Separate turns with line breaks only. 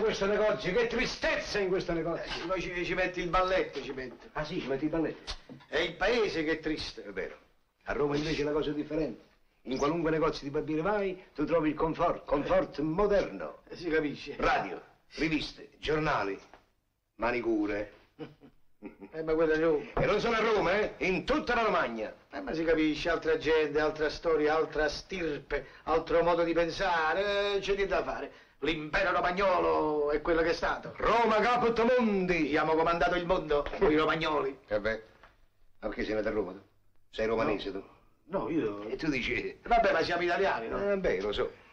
questo negozio, che tristezza in questo negozio.
Poi Eh, ci, ci metti il balletto, ci metti.
Eh, Ah sì, ci metti i balletti.
È il paese che è triste.
È vero. A Roma invece la cosa è differente. In qualunque negozio di barbiere vai, tu trovi il comfort, comfort moderno.
Eh, Si capisce?
Radio, riviste, giornali, manicure.
Eh, ma quella è Roma.
E non solo a Roma, eh? In tutta la Romagna.
Eh, ma si capisce, altra gente, altra storia, altra stirpe, altro modo di pensare, eh, c'è niente da fare. L'impero romagnolo è quello che è stato.
Roma caput mondi.
Abbiamo comandato il mondo, con i romagnoli.
E Eh beh, ma perché sei nato a Roma tu? Sei romanese tu?
No, io...
E tu dici,
Vabbè, ma siamo italiani, no?
eh beh, lo so.